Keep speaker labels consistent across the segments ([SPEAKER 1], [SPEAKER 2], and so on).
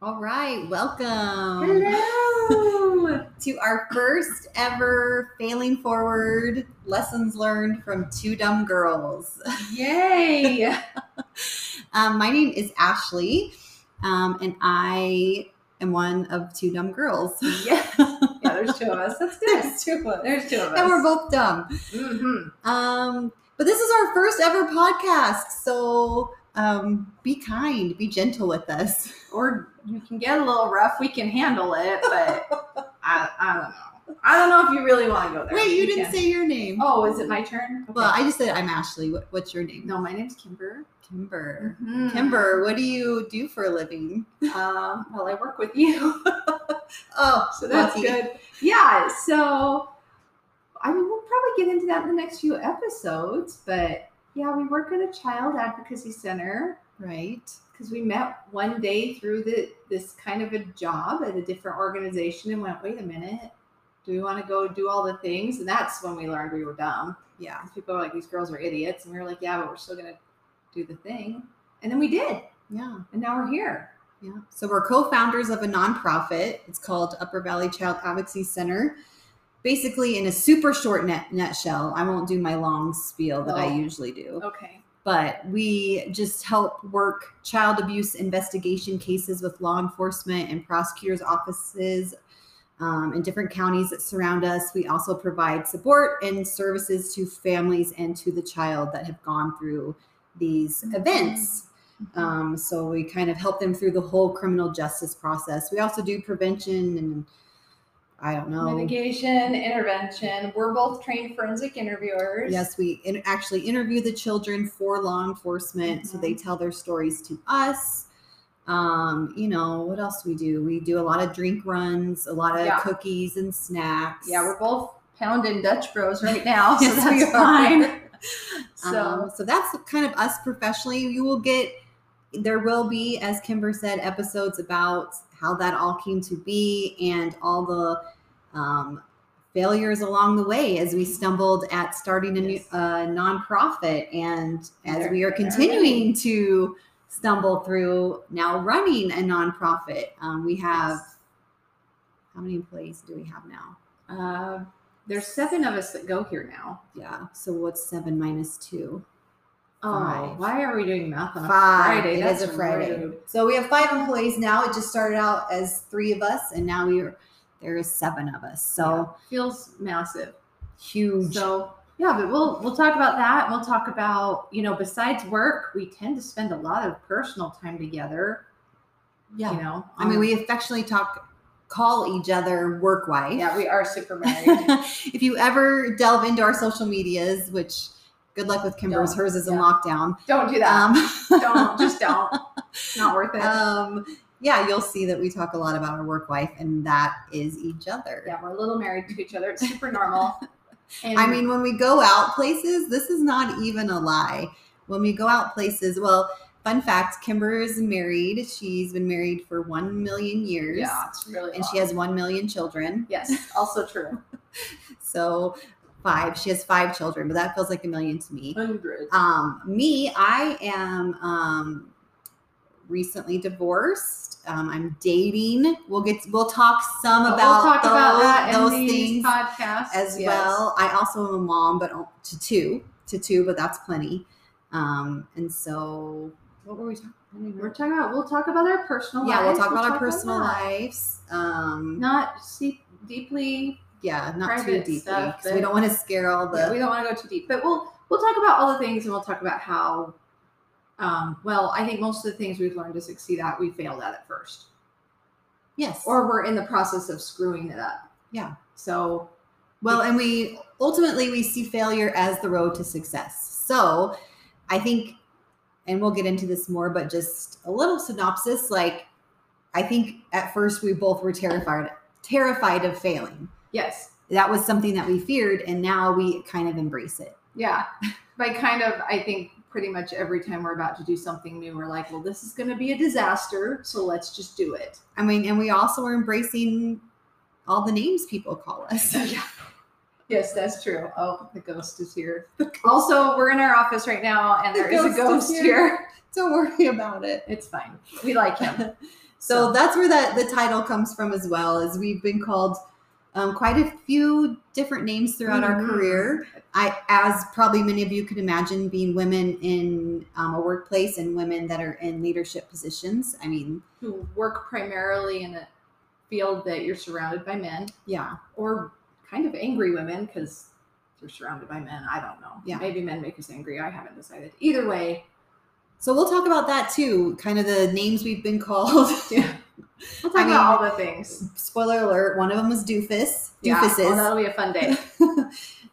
[SPEAKER 1] All right, welcome
[SPEAKER 2] Hello.
[SPEAKER 1] to our first ever Failing Forward Lessons Learned from Two Dumb Girls.
[SPEAKER 2] Yay.
[SPEAKER 1] Um, my name is Ashley, um, and I am one of two dumb girls.
[SPEAKER 2] Yeah. Yeah, there's two of us. That's good.
[SPEAKER 1] There's two of us.
[SPEAKER 2] There's two of us.
[SPEAKER 1] And we're both dumb.
[SPEAKER 2] Mhm.
[SPEAKER 1] Um, but this is our first ever podcast, so um, be kind, be gentle with us.
[SPEAKER 2] Or you can get a little rough. We can handle it, but I, I don't know. I don't know if you really want to go there.
[SPEAKER 1] Wait, you
[SPEAKER 2] You
[SPEAKER 1] didn't
[SPEAKER 2] can-
[SPEAKER 1] say your name.
[SPEAKER 2] Oh, is it my turn? Okay.
[SPEAKER 1] Well, I just said I'm Ashley. What, what's your name?
[SPEAKER 2] no, my name's Kimber.
[SPEAKER 1] Kimber.
[SPEAKER 2] Mhm.
[SPEAKER 1] Kimber, what do you do for a living?
[SPEAKER 2] Um, well, I work with you,
[SPEAKER 1] Oh,
[SPEAKER 2] so that's
[SPEAKER 1] Lucky.
[SPEAKER 2] good. Yeah. So, I mean, we'll probably get into that in the next few episodes, but yeah, we work at a child advocacy center.
[SPEAKER 1] right.
[SPEAKER 2] because we met one day through the, this kind of a job at a different organization and went, wait a minute, do we want to go do all the things? And that's when we learned we were dumb.
[SPEAKER 1] Yeah.
[SPEAKER 2] 'Cause People were like, these girls are idiots. And we were like, yeah, but we're still going to do the thing. And then we did.
[SPEAKER 1] Yeah.
[SPEAKER 2] And now we're here.
[SPEAKER 1] Yeah. So we're co-founders of a nonprofit. It's called Upper Valley Child Advocacy Center. Basically, in a super short net nutshell, I won't do my long spiel that I
[SPEAKER 2] Oh.
[SPEAKER 1] usually do,
[SPEAKER 2] Okay.
[SPEAKER 1] but we just help work child abuse investigation cases with law enforcement and prosecutors' offices um, in different counties that surround us. We also provide support and services to families and to the child that have gone through these
[SPEAKER 2] Mhm.
[SPEAKER 1] events. Um, so we kind of help them through the whole criminal justice process. We also do prevention and I don't know.
[SPEAKER 2] Mitigation, intervention. We're both trained forensic interviewers.
[SPEAKER 1] Yes, we in- actually interview the children for law enforcement, so they
[SPEAKER 2] Mm-hmm.
[SPEAKER 1] tell their stories to us. Um, you know what else we do? We do a lot of drink runs, a lot of
[SPEAKER 2] Yeah.
[SPEAKER 1] cookies and snacks.
[SPEAKER 2] Yeah, we're both pounding Dutch Bros right now, so
[SPEAKER 1] Yes,
[SPEAKER 2] that's
[SPEAKER 1] we are.
[SPEAKER 2] fine.
[SPEAKER 1] Um,
[SPEAKER 2] So
[SPEAKER 1] so that's kind of us professionally. You will get, there will be, as Kimber said, episodes about how that all came to be and all the um, failures along the way as we stumbled at starting a new
[SPEAKER 2] Yes.
[SPEAKER 1] uh, nonprofit and as
[SPEAKER 2] There-
[SPEAKER 1] we are
[SPEAKER 2] there are
[SPEAKER 1] continuing to stumble through now running a nonprofit. Um, we have, how many employees do we have now?
[SPEAKER 2] Uh, there's seven of us that go here now.
[SPEAKER 1] Yeah. So what's seven minus two?
[SPEAKER 2] Oh,
[SPEAKER 1] Five.
[SPEAKER 2] why are we doing math on a
[SPEAKER 1] Five.
[SPEAKER 2] Friday?
[SPEAKER 1] It is a Friday. So we have five employees now. It just started out as three of us, and now we are there is seven of us. So
[SPEAKER 2] So Mm. feels massive.
[SPEAKER 1] huge.
[SPEAKER 2] So yeah, but we'll we'll talk about that. We'll talk about you know besides work, we tend to spend a lot of personal time together.
[SPEAKER 1] yeah.
[SPEAKER 2] You know,
[SPEAKER 1] I mean, we affectionately talk, call each other work wife.
[SPEAKER 2] yeah we are super married.
[SPEAKER 1] if you ever delve into our social medias, which good luck with Kimber's,
[SPEAKER 2] Don't.
[SPEAKER 1] hers is in
[SPEAKER 2] Yeah.
[SPEAKER 1] lockdown.
[SPEAKER 2] don't do that.
[SPEAKER 1] Um,
[SPEAKER 2] don't just don't. Not worth it.
[SPEAKER 1] um, yeah, you'll see that we talk a lot about our work wife, and that is each other.
[SPEAKER 2] yeah, we're a little married to each other. It's super normal. And
[SPEAKER 1] I mean, when we go out places, this is not even a lie. When we go out places, well, fun fact Kimber is married. She's been married for 1 million years.
[SPEAKER 2] yeah, it's really
[SPEAKER 1] And she
[SPEAKER 2] long.
[SPEAKER 1] has 1 million children.
[SPEAKER 2] yes, also true.
[SPEAKER 1] So, five. She has five children, but that feels like a million to me.
[SPEAKER 2] Hundred.
[SPEAKER 1] Um, me, I am um, recently divorced. Um, I'm dating. We'll get. We'll talk some
[SPEAKER 2] But
[SPEAKER 1] about
[SPEAKER 2] we'll talk about
[SPEAKER 1] those-
[SPEAKER 2] that
[SPEAKER 1] those
[SPEAKER 2] in these
[SPEAKER 1] things
[SPEAKER 2] podcasts
[SPEAKER 1] as
[SPEAKER 2] yes.
[SPEAKER 1] well. I also am a mom, but o- to two, to two, but that's plenty. Um, and so, what were we talking? I don't even
[SPEAKER 2] We're
[SPEAKER 1] remember.
[SPEAKER 2] talking about we'll talk about our personal
[SPEAKER 1] Yeah, we'll
[SPEAKER 2] lives.
[SPEAKER 1] talk about our personal
[SPEAKER 2] that.
[SPEAKER 1] lives. Um,
[SPEAKER 2] Not see deeply.
[SPEAKER 1] yeah, not too
[SPEAKER 2] private
[SPEAKER 1] deeply
[SPEAKER 2] stuff,
[SPEAKER 1] because we
[SPEAKER 2] but-
[SPEAKER 1] don't want to scare all the.
[SPEAKER 2] yeah, we don't want to go too deep, but we'll we'll talk about all the things and we'll talk about how. Um, well, I think most of the things we've learned to succeed at, we failed at it first,
[SPEAKER 1] yes.
[SPEAKER 2] or we're in the process of screwing it up.
[SPEAKER 1] Yeah.
[SPEAKER 2] So
[SPEAKER 1] Well, and we ultimately we see failure as the road to success. So I think, and we'll get into this more, but just a little synopsis. Like, I think at first we both were terrified, terrified of failing.
[SPEAKER 2] yes,
[SPEAKER 1] That was something that we feared, and now we kind of embrace it.
[SPEAKER 2] Yeah. By kind of, I think pretty much every time we're about to do something new, we're like, well, this is going to be a disaster. So let's just do it.
[SPEAKER 1] I mean, and we also are embracing all the names people call us.
[SPEAKER 2] yeah. Yes, that's true. Oh, the ghost is here. Also, we're in our office right now and
[SPEAKER 1] The
[SPEAKER 2] there is
[SPEAKER 1] ghost
[SPEAKER 2] a
[SPEAKER 1] is
[SPEAKER 2] ghost
[SPEAKER 1] here.
[SPEAKER 2] here.
[SPEAKER 1] Don't worry about it.
[SPEAKER 2] It's fine. We like him.
[SPEAKER 1] So that's where that the title comes from as well. Is we've been called um, quite a few different names throughout our
[SPEAKER 2] Mhm.
[SPEAKER 1] career. I, as probably many of you can imagine, being women in um, a workplace and women that are in leadership positions. I mean,
[SPEAKER 2] who work primarily in a field that you're surrounded by men
[SPEAKER 1] yeah,
[SPEAKER 2] or kind of angry women because they're surrounded by men. I don't know.
[SPEAKER 1] Yeah.
[SPEAKER 2] Maybe men make us angry. I haven't decided. Either way,
[SPEAKER 1] So we'll talk about that too, kind of the names we've been called.
[SPEAKER 2] we'll talk
[SPEAKER 1] I mean-
[SPEAKER 2] about all the things.
[SPEAKER 1] Spoiler alert, one of them was doofus.
[SPEAKER 2] Yeah, well,
[SPEAKER 1] Doofuses.
[SPEAKER 2] that'll be a fun day.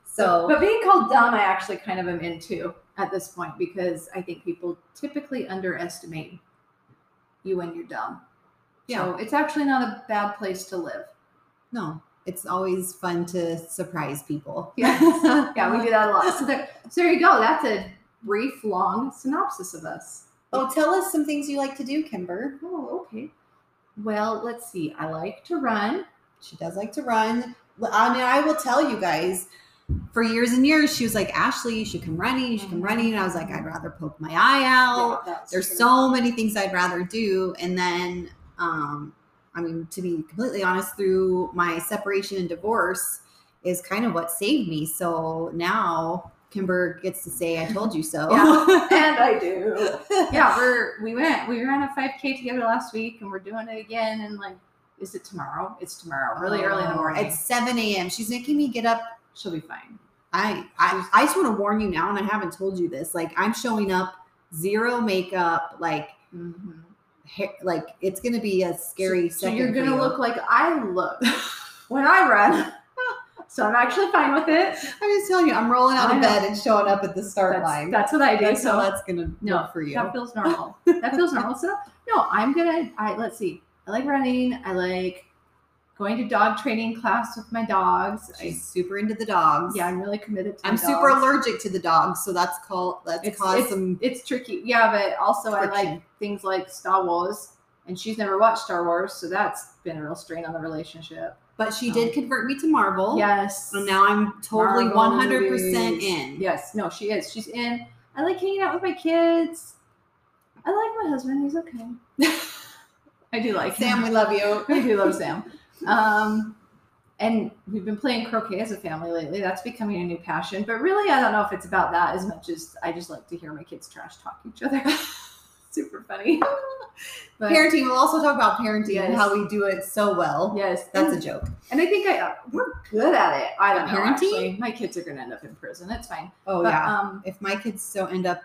[SPEAKER 1] so
[SPEAKER 2] but being called dumb, I actually kind of am into at this point because I think people typically underestimate you when you're dumb.
[SPEAKER 1] yeah,
[SPEAKER 2] So it's actually not a bad place to live.
[SPEAKER 1] no, it's always fun to surprise people.
[SPEAKER 2] Yes. Yeah,
[SPEAKER 1] Uh-huh.
[SPEAKER 2] we do that a lot. So there, so there you go. That's a brief, long synopsis of us.
[SPEAKER 1] Oh, tell us some things you like to do, Kimber.
[SPEAKER 2] Oh, okay. Well, let's see. I like to run.
[SPEAKER 1] She does like to run. I mean, I will tell you guys. For years and years, she was like, Ashley, you should come running, you should
[SPEAKER 2] Mm-hmm.
[SPEAKER 1] come running. And I was like, I'd rather poke my eye out. There's so many things I'd rather do. And then, um, I mean, to be completely honest, through my separation and divorce is kind of what saved me. So now Kimber gets to say, I told you so.
[SPEAKER 2] and I do. Yeah, we're we went we ran a 5K together last week, and we're doing it again. And like, is it tomorrow? It's tomorrow, really early in the morning.
[SPEAKER 1] Oh, It's 7 a.m. She's making me get up.
[SPEAKER 2] She'll be fine.
[SPEAKER 1] I, I, I just want to warn you now, and I haven't told you this. Like, I'm showing up zero makeup, like,
[SPEAKER 2] Mhm.
[SPEAKER 1] hair, like it's gonna be a scary
[SPEAKER 2] So, so
[SPEAKER 1] second.
[SPEAKER 2] you're
[SPEAKER 1] for
[SPEAKER 2] gonna
[SPEAKER 1] you.
[SPEAKER 2] look like I look when I run. so I'm actually fine with it.
[SPEAKER 1] I'm just telling you, I'm rolling out
[SPEAKER 2] I
[SPEAKER 1] of
[SPEAKER 2] know.
[SPEAKER 1] bed and showing up at the start
[SPEAKER 2] That's,
[SPEAKER 1] line.
[SPEAKER 2] that's what I do.
[SPEAKER 1] That's
[SPEAKER 2] so
[SPEAKER 1] how that's gonna
[SPEAKER 2] No,
[SPEAKER 1] work for you.
[SPEAKER 2] That feels normal. That feels normal. So no, I'm gonna. I let's see. I like running. I like going to dog training class with my dogs. I,
[SPEAKER 1] She's super into the dogs.
[SPEAKER 2] yeah, I'm really committed to. my
[SPEAKER 1] I'm super
[SPEAKER 2] dogs.
[SPEAKER 1] allergic to the dogs, so that's called that's
[SPEAKER 2] It's-
[SPEAKER 1] caused some
[SPEAKER 2] It's tricky. Yeah, but also I like
[SPEAKER 1] Friction.
[SPEAKER 2] things like Star Wars, and she's never watched Star Wars, so that's been a real strain on the relationship.
[SPEAKER 1] but she did convert me to Marvel.
[SPEAKER 2] Yes.
[SPEAKER 1] Oh, So now I'm totally
[SPEAKER 2] Marvel
[SPEAKER 1] one hundred percent
[SPEAKER 2] movies.
[SPEAKER 1] in.
[SPEAKER 2] Yes. No, she is. She's in. I like hanging out with my kids. I like my husband. He's okay. I do like him.
[SPEAKER 1] Sam, we love you.
[SPEAKER 2] I do love Sam. Um, and we've been playing croquet as a family lately. That's becoming a new passion. But really, I don't know if it's about that as much as I just like to hear my kids trash talk each other. Super funny. But
[SPEAKER 1] parenting. We'll also talk about parenting and
[SPEAKER 2] Yes.
[SPEAKER 1] how we do it so well.
[SPEAKER 2] yes,
[SPEAKER 1] That's a
[SPEAKER 2] and,
[SPEAKER 1] joke.
[SPEAKER 2] and I think I we're good at it. I don't know.
[SPEAKER 1] Parenting?
[SPEAKER 2] Actually, my kids are gonna end up in prison. It's fine.
[SPEAKER 1] Oh
[SPEAKER 2] But,
[SPEAKER 1] yeah.
[SPEAKER 2] Um,
[SPEAKER 1] if my kids so end up,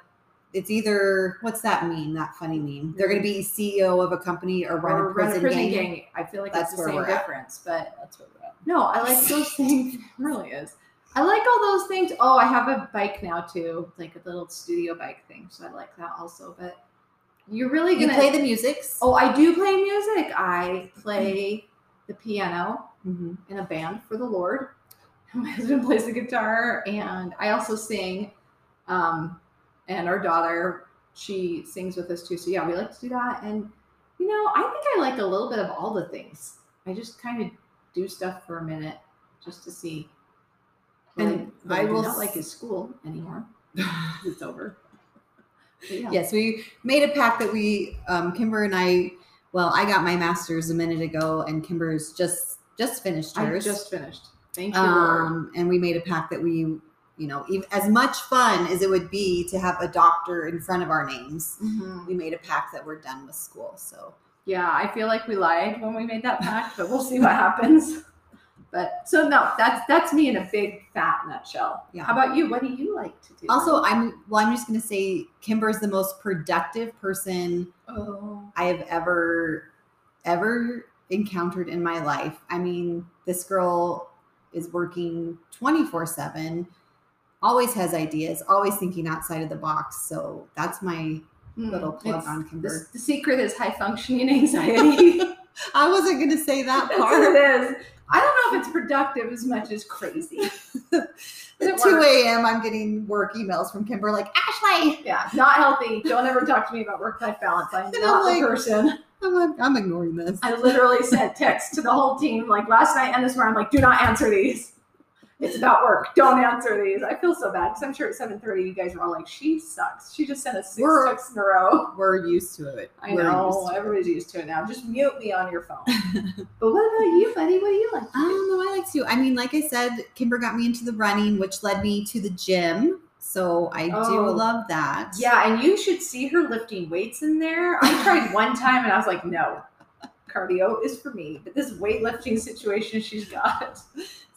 [SPEAKER 1] it's either what's that mean? That funny meme. They're going to be CEO of a company or run
[SPEAKER 2] Mm. or
[SPEAKER 1] a prison, gang.
[SPEAKER 2] I feel like
[SPEAKER 1] That's
[SPEAKER 2] it's the
[SPEAKER 1] where
[SPEAKER 2] same
[SPEAKER 1] we're at.
[SPEAKER 2] difference, but that's where we're at. No, I like those things. It really is. I like all those things. Oh, I have a bike now too, like a little studio bike thing. So I like that also. But you're really
[SPEAKER 1] You
[SPEAKER 2] gonna
[SPEAKER 1] play the musics.
[SPEAKER 2] Oh, I do play music. I play the piano
[SPEAKER 1] Mhm.
[SPEAKER 2] in a band for the Lord. My husband plays the guitar, and I also sing. Um, and our daughter, she sings with us too. So yeah, we like to do that. And you know, I think I like a little bit of all the things. I just kind of do stuff for a minute just to see. What
[SPEAKER 1] And
[SPEAKER 2] what
[SPEAKER 1] I
[SPEAKER 2] do
[SPEAKER 1] will
[SPEAKER 2] not like
[SPEAKER 1] s-
[SPEAKER 2] his school anymore. It's over. But yeah.
[SPEAKER 1] Yes, we made a pact that we, um, Kimber and I. Well, I got my master's a minute ago, and Kimber's just just finished
[SPEAKER 2] I
[SPEAKER 1] hers.
[SPEAKER 2] just finished. Thank you. Lord.
[SPEAKER 1] um, and we made a pact that we, you know, ev- as much fun as it would be to have a doctor in front of our names,
[SPEAKER 2] Mhm.
[SPEAKER 1] we made a pact that we're done with school. So
[SPEAKER 2] Yeah, I feel like we lied when we made that pact, but we'll see what happens. But so no, that's that's me in a big fat nutshell.
[SPEAKER 1] Yeah.
[SPEAKER 2] How about you? What do you like to do?
[SPEAKER 1] also, I'm well. I'm just going to say Kimber's the most productive person
[SPEAKER 2] oh,
[SPEAKER 1] I have ever ever encountered in my life. I mean, this girl is working 24/7, always has ideas, always thinking outside of the box. So that's my
[SPEAKER 2] mm,
[SPEAKER 1] little plug
[SPEAKER 2] it's-
[SPEAKER 1] on Kimber.
[SPEAKER 2] this- the secret is high functioning anxiety.
[SPEAKER 1] I wasn't going to say that
[SPEAKER 2] that's what it
[SPEAKER 1] part.
[SPEAKER 2] is. I don't know if it's productive as much as crazy.
[SPEAKER 1] At
[SPEAKER 2] It
[SPEAKER 1] 2
[SPEAKER 2] works.
[SPEAKER 1] a.m. I'm getting work emails from Kimber like, "Ashley,
[SPEAKER 2] Yeah, not healthy. Don't ever talk to me about work life balance. I'm
[SPEAKER 1] And I'm
[SPEAKER 2] not
[SPEAKER 1] like-
[SPEAKER 2] the person.
[SPEAKER 1] I'm, like, I'm ignoring this."
[SPEAKER 2] I literally sent texts to the whole team like last night and this morning. I'm like, do not answer these. It's about work. Don't answer these. I feel so bad because I'm sure at 7:30 you guys are all like, "She sucks. She just sent us 6
[SPEAKER 1] We're-
[SPEAKER 2] texts in a row."
[SPEAKER 1] We're used to it.
[SPEAKER 2] I
[SPEAKER 1] We're
[SPEAKER 2] know
[SPEAKER 1] used to it.
[SPEAKER 2] everybody's used to it now. Just mute me on your phone. but what about you, buddy? What do you like? to
[SPEAKER 1] I
[SPEAKER 2] do?
[SPEAKER 1] don't know. I like to. I mean, like I said, Kimber got me into the running, which led me to the gym. So I
[SPEAKER 2] Oh.
[SPEAKER 1] do love that.
[SPEAKER 2] Yeah, and you should see her lifting weights in there. I tried one time and I was like, no, cardio is for me. But this weightlifting situation she's got.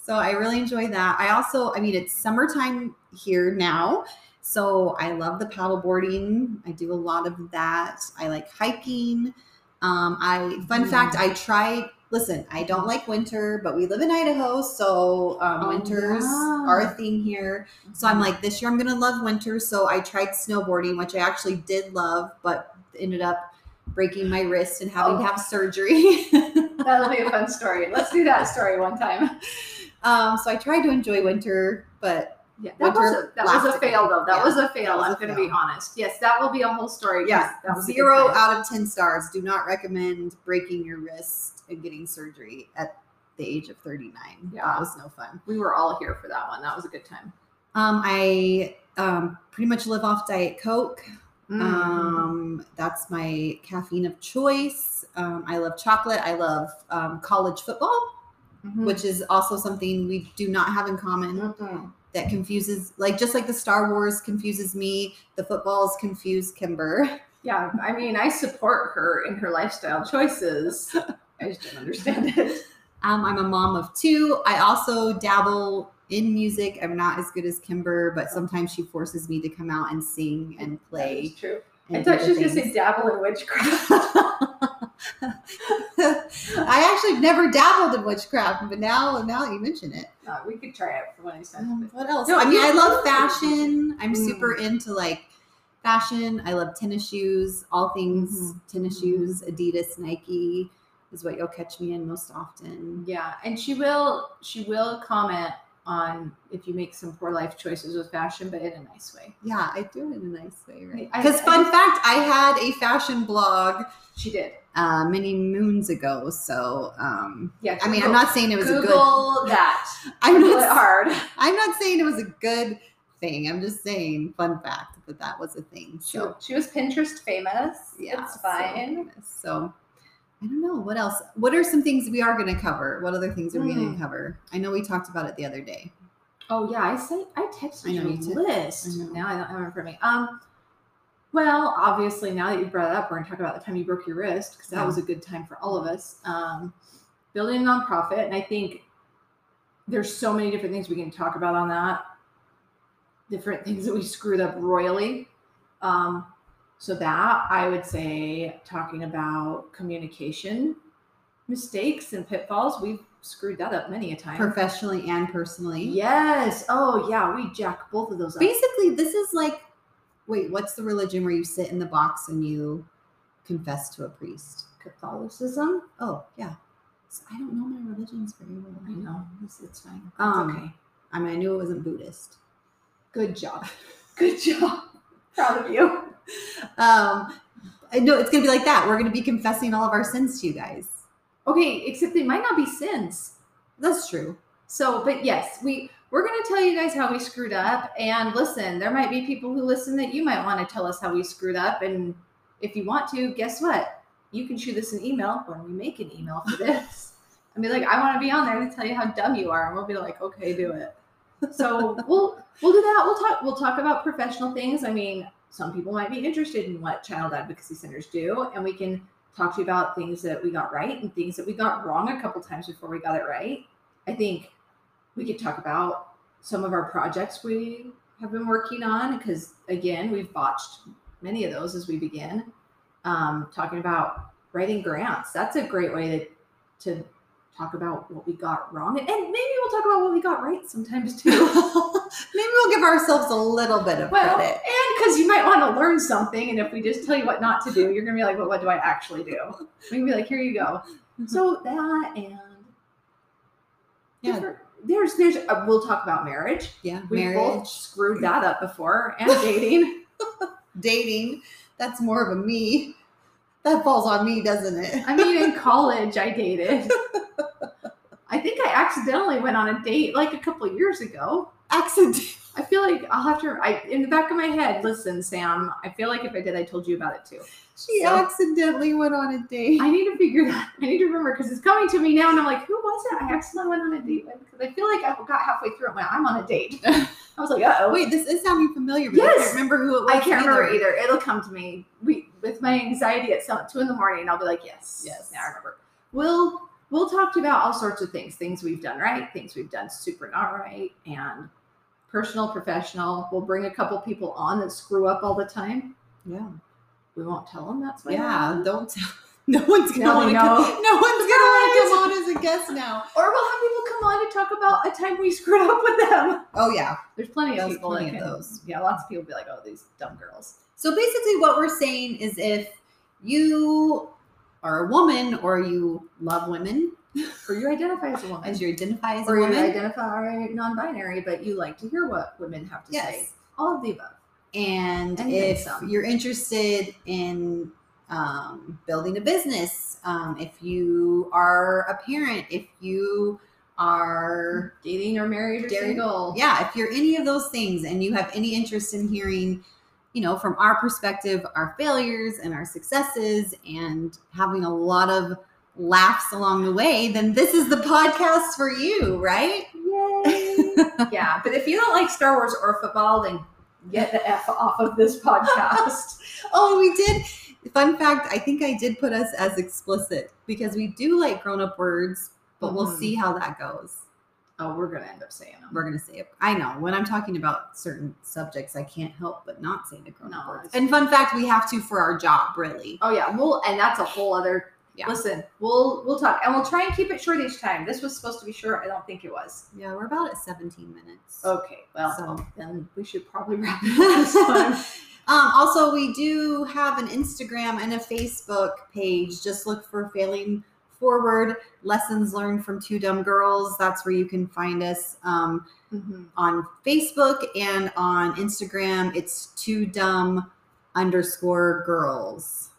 [SPEAKER 1] So I really enjoy that. I also, I mean, it's summertime here now. So I love the paddleboarding. I do a lot of that. I like hiking. Um, I fun
[SPEAKER 2] Mm.
[SPEAKER 1] fact, I tried. Listen, I don't like winter, but we live in Idaho, so um,
[SPEAKER 2] Oh,
[SPEAKER 1] winters
[SPEAKER 2] yeah.
[SPEAKER 1] are a thing here. So I'm like, this year I'm gonna love winter. So I tried snowboarding, which I actually did love, but ended up breaking my wrist and having to
[SPEAKER 2] Oh.
[SPEAKER 1] have surgery.
[SPEAKER 2] that'll be a fun story. Let's do that story one time.
[SPEAKER 1] um, so I tried to enjoy winter, but
[SPEAKER 2] Yeah, that was a, that was a
[SPEAKER 1] Winter
[SPEAKER 2] fail though. That
[SPEAKER 1] Yeah,
[SPEAKER 2] was a fail.
[SPEAKER 1] that was
[SPEAKER 2] I'm
[SPEAKER 1] a
[SPEAKER 2] going to
[SPEAKER 1] fail.
[SPEAKER 2] be honest. Yes, that will be a whole story. 'cause
[SPEAKER 1] yeah,
[SPEAKER 2] that was a good
[SPEAKER 1] zero
[SPEAKER 2] time.
[SPEAKER 1] out of ten stars. Do not recommend breaking your wrist and getting surgery at the age of 39.
[SPEAKER 2] Yeah.
[SPEAKER 1] That was no fun.
[SPEAKER 2] We were all here for that one. That was a good time.
[SPEAKER 1] Um, I um, pretty much live off Diet Coke. Mm-hmm.
[SPEAKER 2] Mm.
[SPEAKER 1] Um, that's my caffeine of choice. Um, I love chocolate. I love um, college football,
[SPEAKER 2] Mhm.
[SPEAKER 1] which is also something we do not have in common.
[SPEAKER 2] Mhm.
[SPEAKER 1] That confuses, like just like the Star Wars confuses me, the footballs confuse Kimber.
[SPEAKER 2] Yeah, I mean, I support her in her lifestyle choices. I just don't understand it.
[SPEAKER 1] Um, I'm a mom of two. I also dabble in music. I'm not as good as Kimber, but sometimes she forces me to come out and sing and
[SPEAKER 2] That is
[SPEAKER 1] play.
[SPEAKER 2] true. I
[SPEAKER 1] and
[SPEAKER 2] thought
[SPEAKER 1] do
[SPEAKER 2] she was going to
[SPEAKER 1] things.
[SPEAKER 2] say dabble in witchcraft.
[SPEAKER 1] I actually never dabbled in witchcraft, but now now that you mention it.
[SPEAKER 2] Uh, we could try it for when I send
[SPEAKER 1] Um,
[SPEAKER 2] it.
[SPEAKER 1] what else?
[SPEAKER 2] No,
[SPEAKER 1] I mean,
[SPEAKER 2] you-
[SPEAKER 1] I love fashion. I'm
[SPEAKER 2] Mm.
[SPEAKER 1] super into like fashion. I love tennis shoes, all things tennis
[SPEAKER 2] Mhm.
[SPEAKER 1] shoes, Adidas, Nike is what you'll catch me in most often.
[SPEAKER 2] Yeah, and she will. She will comment on if you make some poor life choices with fashion, but in a nice way.
[SPEAKER 1] Yeah, I do it in a nice way, right?
[SPEAKER 2] I-
[SPEAKER 1] Because
[SPEAKER 2] I-
[SPEAKER 1] fun fact, I had a fashion blog
[SPEAKER 2] She did.
[SPEAKER 1] uh, many moons ago. So um,
[SPEAKER 2] Yeah.
[SPEAKER 1] I mean,
[SPEAKER 2] Google-
[SPEAKER 1] I'm not saying it was a
[SPEAKER 2] Google that.
[SPEAKER 1] good. I'm
[SPEAKER 2] Google it
[SPEAKER 1] not.
[SPEAKER 2] hard.
[SPEAKER 1] I'm not saying it was a good thing. I'm just saying fun fact that that was a thing.
[SPEAKER 2] She,
[SPEAKER 1] So
[SPEAKER 2] she was Pinterest famous.
[SPEAKER 1] yeah,
[SPEAKER 2] it's
[SPEAKER 1] so-
[SPEAKER 2] fine.
[SPEAKER 1] So I don't know what else. What are some things we are going to cover? What other things are we going
[SPEAKER 2] Hmm.
[SPEAKER 1] to cover? I know we talked about it the other day.
[SPEAKER 2] Oh yeah, I sent. I texted
[SPEAKER 1] I know, you
[SPEAKER 2] you a
[SPEAKER 1] did.
[SPEAKER 2] list.
[SPEAKER 1] I know.
[SPEAKER 2] Now I don't have it for me. Um. Well, obviously, now that you brought it up, we're going to talk about the time you broke your wrist because that
[SPEAKER 1] Yeah.
[SPEAKER 2] was a good time for all of us. Um, building a nonprofit, and I think there's so many different things we can talk about on that. Different things that we screwed up royally. Um, so that I would say talking about communication mistakes and pitfalls. We've screwed that up many a time.
[SPEAKER 1] Professionally and personally.
[SPEAKER 2] Yes. Oh, yeah. We jack both of those up.
[SPEAKER 1] Basically, this is like, wait, what's the religion where you sit in the box and you confess to a priest?
[SPEAKER 2] Catholicism.
[SPEAKER 1] Oh, yeah. So I don't know my religions very well.
[SPEAKER 2] I know. It's, it's fine. It's
[SPEAKER 1] Um,
[SPEAKER 2] okay.
[SPEAKER 1] I mean, I knew it wasn't Buddhist.
[SPEAKER 2] Good job. Good job. Proud of you.
[SPEAKER 1] Um, I know it's going to be like that. We're going to be confessing all of our sins to you guys.
[SPEAKER 2] Okay. Except they might not be sins.
[SPEAKER 1] That's true.
[SPEAKER 2] So, but yes, we we're gonna tell you guys how we screwed up. And listen, there might be people who listen that you might want to tell us how we screwed up. And if you want to, guess what? You can shoot us an email when we make an email for this. and be like, I want to be on there to tell you how dumb you are, and we'll be like, okay, do it. So we'll we'll do that. We'll talk we'll talk about professional things. I mean, some people might be interested in what child advocacy centers do, and we can talk to you about things that we got right and things that we got wrong a couple times before we got it right. I think we could talk about some of our projects we have been working on because again we've botched many of those as we begin um, talking about writing grants that's a great way to, to talk about what we got wrong and, and maybe we'll talk about what we got right sometimes
[SPEAKER 1] Maybe
[SPEAKER 2] too
[SPEAKER 1] we'll give ourselves a little bit of
[SPEAKER 2] well and
[SPEAKER 1] credit.
[SPEAKER 2] because you might want to learn something and if we just tell you what not to do you're gonna be like well what do i actually do we can be like here you go
[SPEAKER 1] Mm-hmm.
[SPEAKER 2] so that and
[SPEAKER 1] Yeah.
[SPEAKER 2] different- there's there's uh, we'll talk about marriage
[SPEAKER 1] Yeah,
[SPEAKER 2] we
[SPEAKER 1] marriage,
[SPEAKER 2] both screwed that up before and dating.
[SPEAKER 1] dating. That's more of a me. That falls on me, doesn't it?
[SPEAKER 2] I mean, in college, I dated. I think I accidentally went on a date like a couple years ago.
[SPEAKER 1] Accident.
[SPEAKER 2] I feel like I'll have to. I in the back of my head, listen, Sam. I feel like if I did, I told you about it too.
[SPEAKER 1] She
[SPEAKER 2] So-
[SPEAKER 1] accidentally went on a date.
[SPEAKER 2] I need to figure that. I need to remember because it's coming to me now, and I'm like, who was it? I accidentally went on a date with because I feel like I got halfway through it when I'm on a date. I was like, uh oh.
[SPEAKER 1] Wait, this is sounding familiar, but I
[SPEAKER 2] Yes.
[SPEAKER 1] can't remember who it was.
[SPEAKER 2] I can't remember either. It'll come to me. We with my anxiety at some two in the morning, I'll be like, yes,
[SPEAKER 1] Yes.
[SPEAKER 2] now I remember. We'll we'll talk about all sorts of things, things we've done right, things we've done super not right, and personal, professional. We'll bring a couple people on that screw up all the time.
[SPEAKER 1] Yeah.
[SPEAKER 2] We won't tell them that's my
[SPEAKER 1] Yeah.
[SPEAKER 2] mom.
[SPEAKER 1] Don't tell. No one's gonna
[SPEAKER 2] No,
[SPEAKER 1] want to
[SPEAKER 2] no.
[SPEAKER 1] come. No one's gonna want to come on as a guest now.
[SPEAKER 2] Or we'll have people come on to talk about a time we screwed up with them.
[SPEAKER 1] Oh yeah.
[SPEAKER 2] There's plenty of
[SPEAKER 1] There's
[SPEAKER 2] people that
[SPEAKER 1] plenty of
[SPEAKER 2] can-
[SPEAKER 1] those.
[SPEAKER 2] Yeah, lots of people be like, oh, these dumb girls.
[SPEAKER 1] So basically, what we're saying is if you are a woman or you love women,
[SPEAKER 2] Or you identify as a woman.
[SPEAKER 1] as you identify as a
[SPEAKER 2] or you
[SPEAKER 1] woman,
[SPEAKER 2] identify non-binary, but you like to hear what women have to say.
[SPEAKER 1] yes.
[SPEAKER 2] All of the above.
[SPEAKER 1] And
[SPEAKER 2] And then
[SPEAKER 1] if
[SPEAKER 2] some.
[SPEAKER 1] you're interested in um, building a business, um, if you are a parent, if you are
[SPEAKER 2] Dating or married or
[SPEAKER 1] Dating-
[SPEAKER 2] single.
[SPEAKER 1] yeah if you're any of those things and you have any interest in hearing you know from our perspective our failures and our successes and having a lot of laughs along the way then this is the podcast for you right
[SPEAKER 2] Yay. yeah, but if you don't like Star Wars or football, then get the F off of this podcast.
[SPEAKER 1] oh we did fun fact i think i did put us as explicit because we do like grown-up words but we'll
[SPEAKER 2] Mhm.
[SPEAKER 1] see how that goes
[SPEAKER 2] oh, we're going to end up saying them.
[SPEAKER 1] we're gonna say it. I know when I'm talking about certain subjects, I can't help but not say the grown up
[SPEAKER 2] No,
[SPEAKER 1] words.
[SPEAKER 2] it's-
[SPEAKER 1] And fun fact, we have to for our job, really.
[SPEAKER 2] Oh yeah, we'll and that's a whole other.
[SPEAKER 1] Yeah.
[SPEAKER 2] Listen, we'll we'll talk and we'll try and keep it short each time. This was supposed to be short. I don't think it was.
[SPEAKER 1] Yeah, we're about at 17 minutes.
[SPEAKER 2] Okay, well
[SPEAKER 1] So-
[SPEAKER 2] then we should probably wrap it up this time.
[SPEAKER 1] Um, also, we do have an Instagram and a Facebook page. Just look for Failing Forward Lessons Learned from Two Dumb Girls. That's where you can find us um,
[SPEAKER 2] Mhm.
[SPEAKER 1] on Facebook and on Instagram. It's Two Dumb underscore Girls.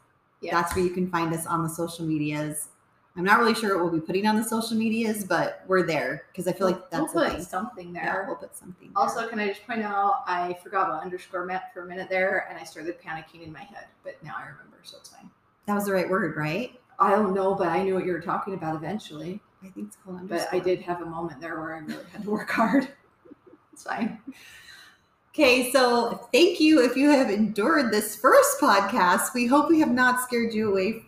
[SPEAKER 2] Yeah.
[SPEAKER 1] That's where you can find us on the social medias. I'm not really sure what we'll be putting on the social medias, but we're there because I feel like that's
[SPEAKER 2] we'll
[SPEAKER 1] a
[SPEAKER 2] put
[SPEAKER 1] thing.
[SPEAKER 2] something there.
[SPEAKER 1] Yeah, we'll put something. there.
[SPEAKER 2] Also, can I just point out I forgot what underscore meant for a minute there, and I started panicking in my head, but now I remember, so it's fine.
[SPEAKER 1] that was the right word, right?
[SPEAKER 2] I don't know, but I knew what you were talking about eventually.
[SPEAKER 1] I think it's called
[SPEAKER 2] But
[SPEAKER 1] underscore.
[SPEAKER 2] I did have a moment there where I really had to work hard. It's fine.
[SPEAKER 1] Okay, so thank you if you have endured this first podcast. We hope we have not scared you away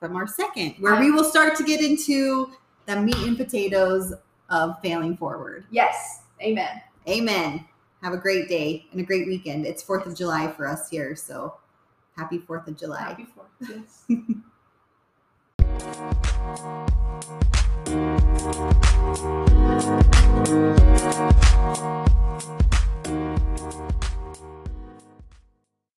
[SPEAKER 1] from our second, where we will start to get into the meat and potatoes of failing forward.
[SPEAKER 2] Yes. Amen.
[SPEAKER 1] Amen. Have a great day and a great weekend. It's 4th of July for us here, so happy 4th of July.
[SPEAKER 2] Not before. Yes.